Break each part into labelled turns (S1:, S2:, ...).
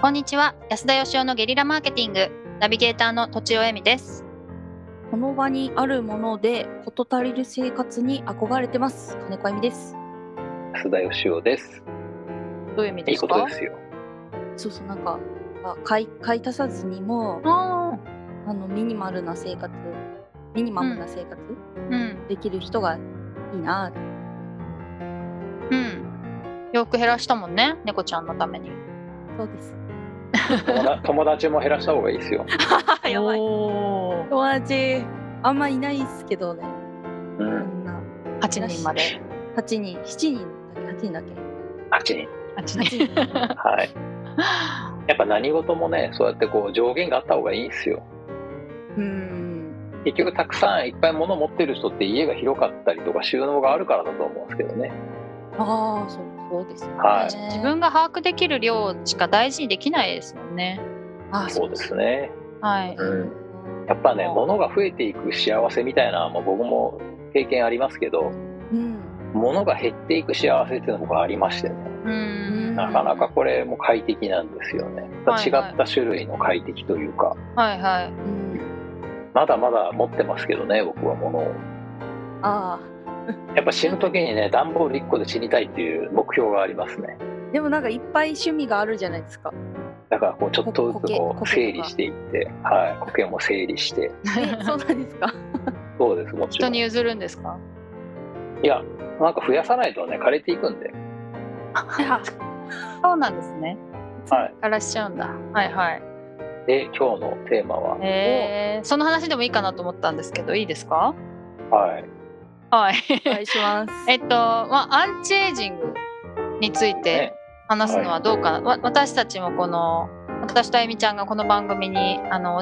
S1: こんにちは安田義生のゲリラマーケティングナビゲーターの土尾恵美です
S2: この場にあるもので事足りる生活に憧れてます金子あゆみです
S3: 須田義雄です。
S1: どういう意味
S3: い
S1: で
S3: い
S1: す
S3: こと
S1: か
S3: ですよ。
S2: そうそうなんかあ買い買い足さずにも
S1: ああ
S2: あのミニマルな生活ミニマムな生活、
S1: うん
S2: できる人がいいなって
S1: うん洋服減らしたもんね猫ちゃんのために
S2: そうです
S3: 友達 友達も減らした方がいいですよ。
S1: やばい
S2: 友達あんまいないっすけどね
S3: う
S2: み
S3: ん。
S2: んな
S1: 8人まで
S2: 8人7人だっけ8人だっけ
S3: 八 人。
S1: 8人
S2: 8人
S3: はい。やっぱ何事もね、そうやってこう上限があった方がいいですよ。
S2: うーん
S3: 結局たくさんいっぱい物持ってる人って家が広かったりとか収納があるからだと思うんですけどね。
S2: ああそうそうですよね
S3: はい
S1: 自分が把握できる量しか大事にできないですもんね
S2: あー
S3: そうですね。
S1: はい
S3: うん。やっぱね、物が増えていく幸せみたいな、まあ、僕も経験ありますけど、
S2: うん
S3: 物が減っていく幸せっていうのがありましてね。
S1: うん
S3: なかなかこれも快適なんですよね。また違った種類の快適というか、
S1: はいはい
S2: うん
S3: まだまだ持ってますけどね、僕は物を。
S2: ああ
S3: やっぱ死ぬ時にね、段ボール1個で死にたいっていう目標がありますね。
S2: でもなんかいっぱい趣味があるじゃないですか。
S3: だからこうちょっとずつこ
S2: こ
S3: う
S2: 苔
S3: 整理していって、はい、苔も整理して、
S2: え、そうなんですか。
S3: そうです、もち
S1: 人
S3: ろん。
S1: に
S3: い
S1: 譲るんですか
S3: や、なんか増やさないとね、枯れていくんで、
S1: そうなんですね
S3: はい。
S1: 枯らしちゃうんだはいはい
S3: で、今日のテーマは、
S1: えー、その話でもいいかなと思ったんですけどいいですか
S3: はい、
S1: はい
S2: お願いします。
S1: えっと、まあ、アンチエイジングについて
S3: ね
S1: 話すのはどうかな、わ私たちもこの私とあゆみちゃんがこの番組にあのお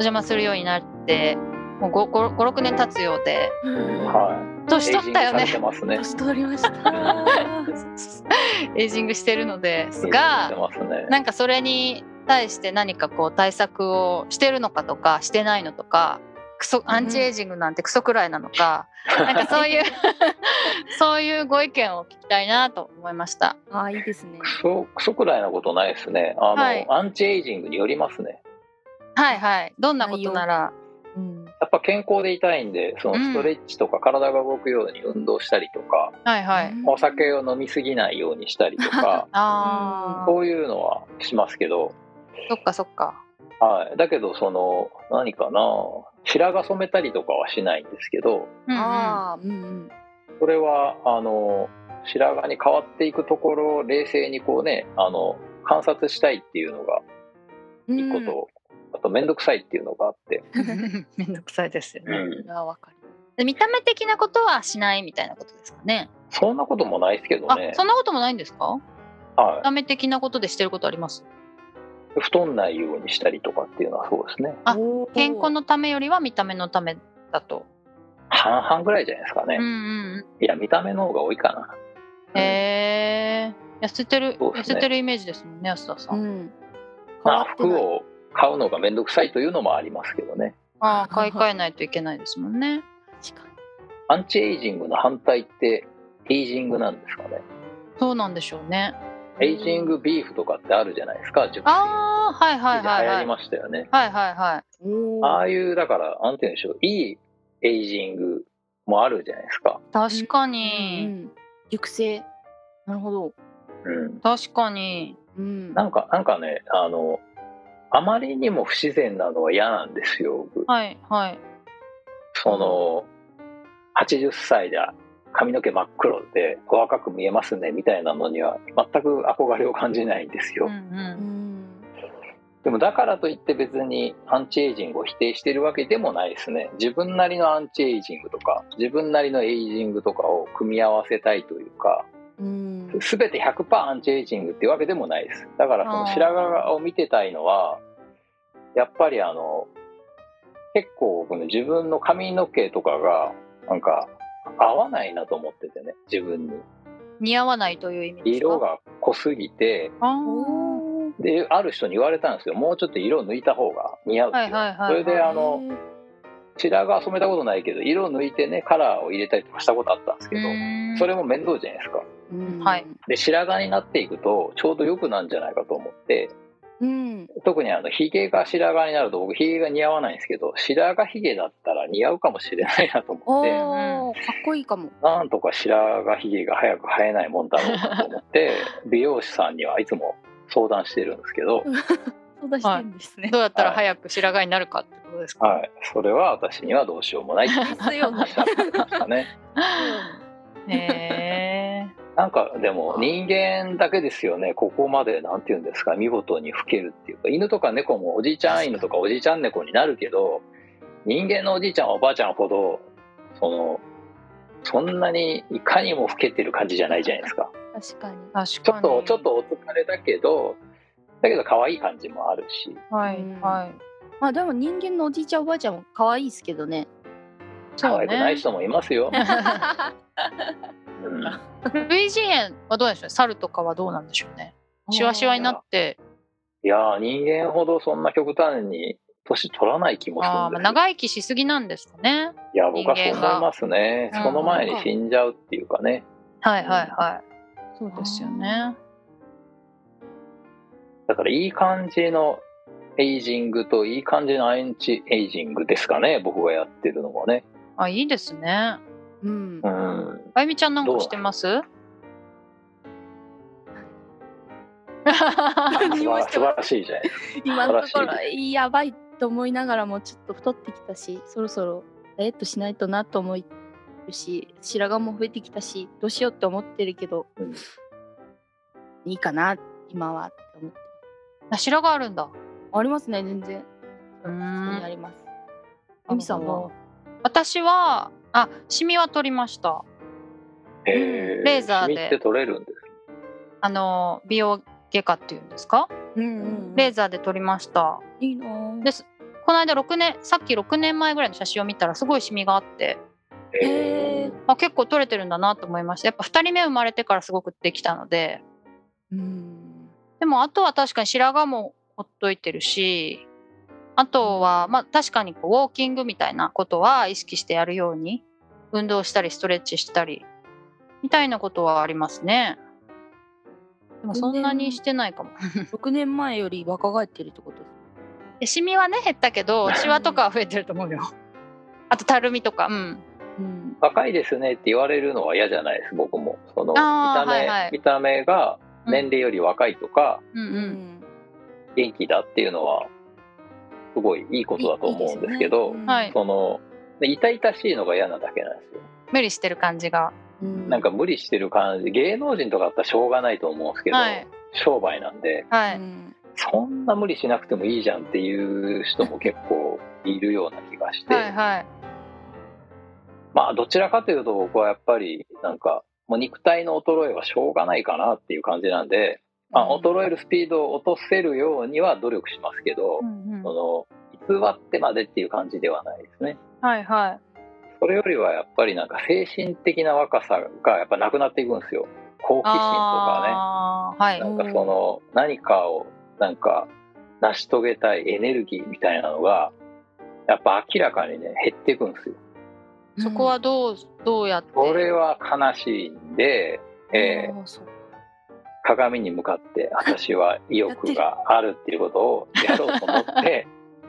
S1: 邪魔するようになってもう56年経つようで
S3: は
S1: 年
S3: い。エイジ
S1: 取っ
S3: ング
S1: たよ
S3: され
S1: ね
S3: てますね。エイジ
S2: 年取りました。
S1: エイジングしてるのです
S3: ングさ
S1: が
S3: れてますね。
S1: なんかそれに対して何かこう対策をしてるのかとかしてないのとかクソアンチエイジングなんてクソくらいなのか、なんかそういう そういうご意見を聞きたいなと思いました。
S2: ああ、いいですね。
S3: クソ、クソくらいなことないですね。あの、
S1: はい
S3: アンチエイジングによりますね。
S1: はいはいどんなことなら
S2: うん。
S3: やっぱ健康でいたいんで、そのストレッチとか体が動くように運動したりとか、
S1: はいはい。、
S3: お酒を飲みすぎないようにしたりとか
S1: ああ、
S3: そういうのはしますけど、
S1: そっかそっか。
S3: はい、だけどその何かな白髪染めたりとかはしないんですけど
S1: うんうん、
S2: ああ、うん
S3: それはあの白髪に変わっていくところを冷静にこうねあの観察したいっていうのが
S2: うん。
S3: いいことを、あと面倒くさいっていうのがあって、
S1: めんど くさいですよね、
S2: うん。ああ、わかる。
S1: で見た目的なことはしないみたいなことですかね。
S3: そんなこともないですけど
S1: あ
S3: ね
S1: そんなこともないんですか？見
S3: は
S1: た目的なことでしてることあります？
S3: い、太んないようにしたりとかっていうのはそうですね
S1: あ
S2: おー
S1: 健康。のためよりは見た目のためだと。
S3: 半々ぐらいじゃないですかね
S1: うん、うんうん。
S3: いや見た目の方が多いかな
S1: へえ痩せてる、
S3: そう
S1: 痩
S3: ですね
S1: せてるイメージですもんね安田さ。
S2: うんん。
S3: まあ、
S2: 変
S3: 服
S2: わってない。
S3: を買うのが面倒くさいというのもありますけどね
S1: ああ買い替えないといけないですもんね。
S2: 確かに
S3: アンチエイジングの反対ってエイジングなんですかね
S1: そうなんでしょうね。
S3: エイジングビーフとかってあるじゃないですか熟成
S1: ああはいはいはい
S3: 流行
S1: はい。
S3: りましたよね
S1: はいはいはい。
S2: お
S3: あ
S2: ー
S3: あいうだからなんて言うんでしょういいエイジングもあるじゃないですか、
S1: 確か
S2: う
S1: に、
S2: ん。熟成。なるほど。
S3: うん、
S1: 確かに。
S2: うん。
S3: なんかなんかねあのあまりにも不自然なのは嫌なんですよ僕
S1: はいはい。
S3: その80歳だ髪の毛真っ黒でお若く見えますねみたいなのには全く憧れを感じないんですよ、
S1: うんうん
S2: う。ん。
S3: でもだからといって別にアンチエイジングを否定してるわけでもないですね。自分なりのアンチエイジングとか、自分なりのエイジングとかを組み合わせたいというか、
S2: うん。
S3: すべて100%アンチエイジングっていうわけでもないです。だからそ
S1: あ
S3: の
S1: ー
S3: 白髪を見てたいのは、やっぱりあの、結構僕ね、自分の髪の毛とかが、なんか、合わないなと思っててね、自分に。
S1: 似合わないという意味ですか
S3: 色が濃すぎて、
S1: あー
S2: おー
S3: で、ある人に言われたんですよ。もうちょっと色抜いた方が似合うって
S1: は
S3: 言
S1: い
S3: われて
S1: はいはいはい
S3: それであの白髪は染めたことないけど色を抜いてねカラーを入れたりとかしたことあったんですけど、それも面倒じゃないですか
S2: うん
S1: はい。
S3: で白髪になっていくとちょうど良くなんじゃないかと思って
S2: うん。
S3: 特にあの、ヒゲが白髪になると、僕、ヒゲが似合わないんですけど、白髪ヒゲだったら似合うかもしれないなと思って、
S2: おー、かっこいいかも。
S3: なんとか白髪ヒゲが早く生えないもんだろうなと思 って、美容師さんにはいつも相談してるんですけど、
S2: そうだしてるんですね。
S1: どうやったら早く白髪になるかってことですか、
S3: はい、それは私にはどうしようもないって言い
S2: ですよ
S3: ま
S2: ね。
S3: したね。
S1: へえ
S3: なんかでも人間だけですよねここまでなんて言うんですか見事に老けるっていうか犬とか猫もおじいちゃん犬とかおじいちゃん猫になるけど人間のおじいちゃんおばあちゃんほどそのそんなにいかにも老けてる感じじゃないじゃないですか
S2: 確かに。
S1: 確
S3: ち
S1: か
S3: ょっ
S1: に
S3: とちょっとお疲れだけどだけど可愛い感じもあるし
S1: はい
S2: うん
S1: はい
S2: まあでも人間のおじいちゃんおばあちゃんも可愛いですけどね。
S1: そ
S3: 可
S1: う
S3: 愛く
S1: ね
S3: ない人もいま すよ、うん
S1: 類人猿はどうなんでしょうね猿とかはどうなんでしょうねシワシワになって
S3: いやー人間ほどそんな極端に年取らない気も
S1: あ
S3: す
S1: ーま
S3: る
S1: あ
S3: んですよ
S1: 長生きしすぎなんですかね
S3: いや僕はそう
S1: 人
S3: 思い
S1: 間が
S3: ますね、
S1: うん
S3: その前に死んじゃうっていうかね
S1: はいはいはいそうですよね
S3: だからいい感じのエイジングといい感じのアンチエイジングですかね僕がやってるのもね
S1: あいいですね
S2: うん
S3: う。ん
S1: あゆみちゃんなんかしてます
S2: 何もして
S3: 素
S2: ま
S3: 晴らしいじゃないですか
S2: 今のところやばいと思いながらもちょっと太ってきたしそろそろダイエットしないとなと思うし白髪も増えてきたしどうしようって思ってるけど、
S3: うん
S2: いいかな今はって思って
S1: 白髪あるんだ。
S2: ありますね全然
S1: うーん
S2: 普通にありますゆみさんは
S1: 私は、あ、シミは取りました。
S3: へ
S2: う
S3: ー
S1: レーザーで
S3: シミって取れるんです
S1: あの、美容外科っていうんですか、
S2: うん
S1: レーザーで取りました。
S2: いいなぁ
S1: です。この間6年、さっき6年前ぐらいの写真を見たらすごいシミがあって、
S2: へー
S1: あ結構取れてるんだなと思いました。やっぱ2人目生まれてからすごくできたので、
S2: うん
S1: でもあとは確かに白髪もほっといてるしあとは、まあ、確かにこうウォーキングみたいなことは意識してやるように運動したりストレッチしたりみたいなことはありますねでもそんなにしてないかも
S2: 6年前より若返ってるってことです
S1: でシミはね減ったけどシワとかは増えてると思う よあとたるみとかうん
S2: うん
S3: 若いですねって言われるのは嫌じゃないです僕もその見
S1: あー
S3: た目、
S1: はいはい
S3: 見た目が年齢より若いとか、
S1: うん
S2: う
S1: うん
S3: 元気だっていうのはすごいいいことだと思うんですけど
S1: はい
S3: そので痛々しいのが嫌なだけなんですよ
S1: 無理してる感じが
S3: なんか無理してる感じ芸能人とかだったらしょうがないと思うんですけど、
S1: はい
S3: 商売なんで
S1: は、
S2: はい
S3: そんな無理しなくてもいいじゃんっていう人も結構いるような気がして、
S1: はいはい
S3: まあどちらかというと僕はやっぱりなんかもう肉体の衰えはしょうがないかなっていう感じなんで、まあ、衰えるスピードを落とせるようには努力しますけど、
S1: うんうん
S3: その偽ってまでっていう感じではないですね。
S1: はいはい
S3: それよりはやっぱりなんか精神的な若さがやっぱなくなっていくんですよ。好奇心とかね。
S1: あーはい
S3: なんかその何かをなんか成し遂げたいエネルギーみたいなのがやっぱ明らかにね減っていくんですよ。
S1: そこはどうどうやって
S3: これは悲しいんで、えー
S2: あーそう
S3: 鏡に向かって私は意欲があるっていうことをやろうと思って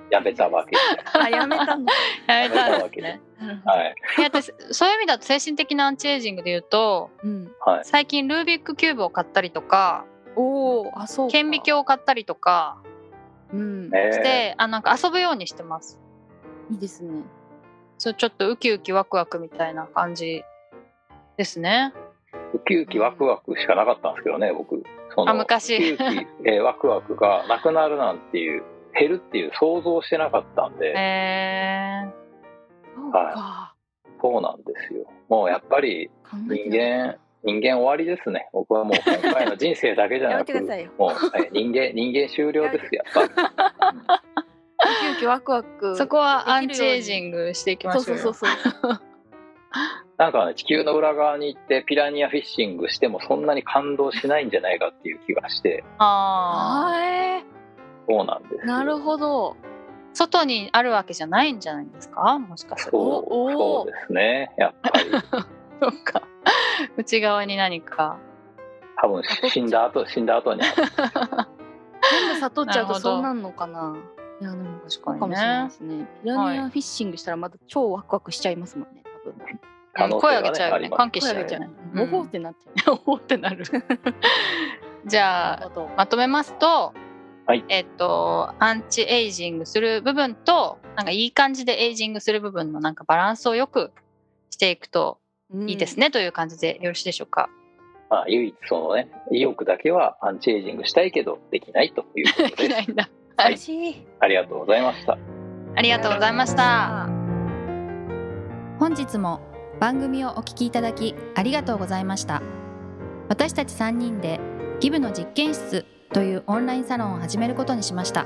S3: やめたわ けです。
S2: あやめたんだ
S1: やめた
S3: やめた
S1: ん
S3: わ
S1: です
S3: け
S1: ね
S3: で。
S2: い、
S3: はい、
S1: いや私そういう意味だと精神的なアンチエイジングで言うと
S2: うん、
S3: はい、
S1: 最近ルービックキューブを買ったりとか
S2: おおあそうか
S1: 顕微、鏡を買ったりとか
S2: うん
S3: えー
S1: して、あなんか遊ぶようにしてます
S2: いいですね
S1: そうちょっとウキウキワクワクみたいな感じですね
S3: ウキウキワクワクしかなかったんですけどね僕そ
S1: あ
S3: のウキ
S1: 昔
S3: ウキ、えーワクワクがなくなるなんていう減るっていう想像してなかったんで。
S1: えー、
S2: そう
S3: かそうなんですよ。もうやっぱり
S2: 考
S3: えてなかっ人間終わりですね。僕はもう今回の人生だけじゃ
S2: や
S3: な
S2: め
S3: く、
S2: てくださいよ
S3: もうえ人間人間終了ですよ。やっぱり
S2: ウキウキワクワク
S1: そこはアンチエイジングしていきましょう
S2: そう
S1: よ
S2: そうそうそう
S3: なんかね地球の裏側に行ってピラニアフィッシングしてもそんなに感動しないんじゃないかっていう気がして、
S1: ああ
S2: あえ
S3: そうなんですよ。
S2: ー、なるほど
S1: 外にあるわけじゃないんじゃないですかもしかすると
S3: そう
S2: おお
S3: そうですね。やっぱり
S1: そうか内側に何か
S3: 多分死んだ後死んだ後にある
S2: 全部悟っちゃ
S4: なる
S2: うと
S4: ほど
S2: そうなんのかな。いやでも
S4: 確
S2: そうかもしれないですね。ピラニアフィッシングしたらまた超ワクワクしちゃいますもんね。多分。
S3: 可能性
S4: 声
S3: がね
S4: 上げちゃうよ
S3: あ
S4: ね
S3: ります
S4: 歓喜しちゃうよ
S3: 声上げちゃ
S4: ね
S2: おほ
S4: う
S2: うんってなっちゃ
S4: おおってなるじ
S2: う。
S4: ゃあ
S2: るほど
S4: まとめますと、
S3: はい
S4: えっとアンチエイジングする部分となんかいい感じでエイジングする部分のなんかバランスをよくしていくといいですね、という感じでよろしいでしょうか。
S3: まあ、唯一そのね意欲だけはアンチエイジングしたいけどできないという こ
S4: で
S3: と
S4: き
S3: で
S4: ないんだ。
S2: うん。
S3: はい
S2: 嬉しい。
S3: ありがとうございました
S4: ありがとうございました。
S1: 本日も番組をお聞きいただきありがとうございました私たち3人でギブの実験室というオンラインサロンを始めることにしました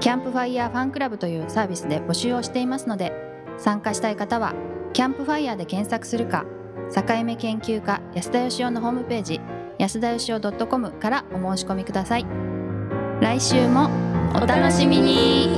S1: キャンプファイヤーファンクラブというサービスで募集をしていますので参加したい方はキャンプファイヤーで検索するか境目研究家安田義雄のホームページ安田義雄 .com からお申し込みください来週もお楽しみに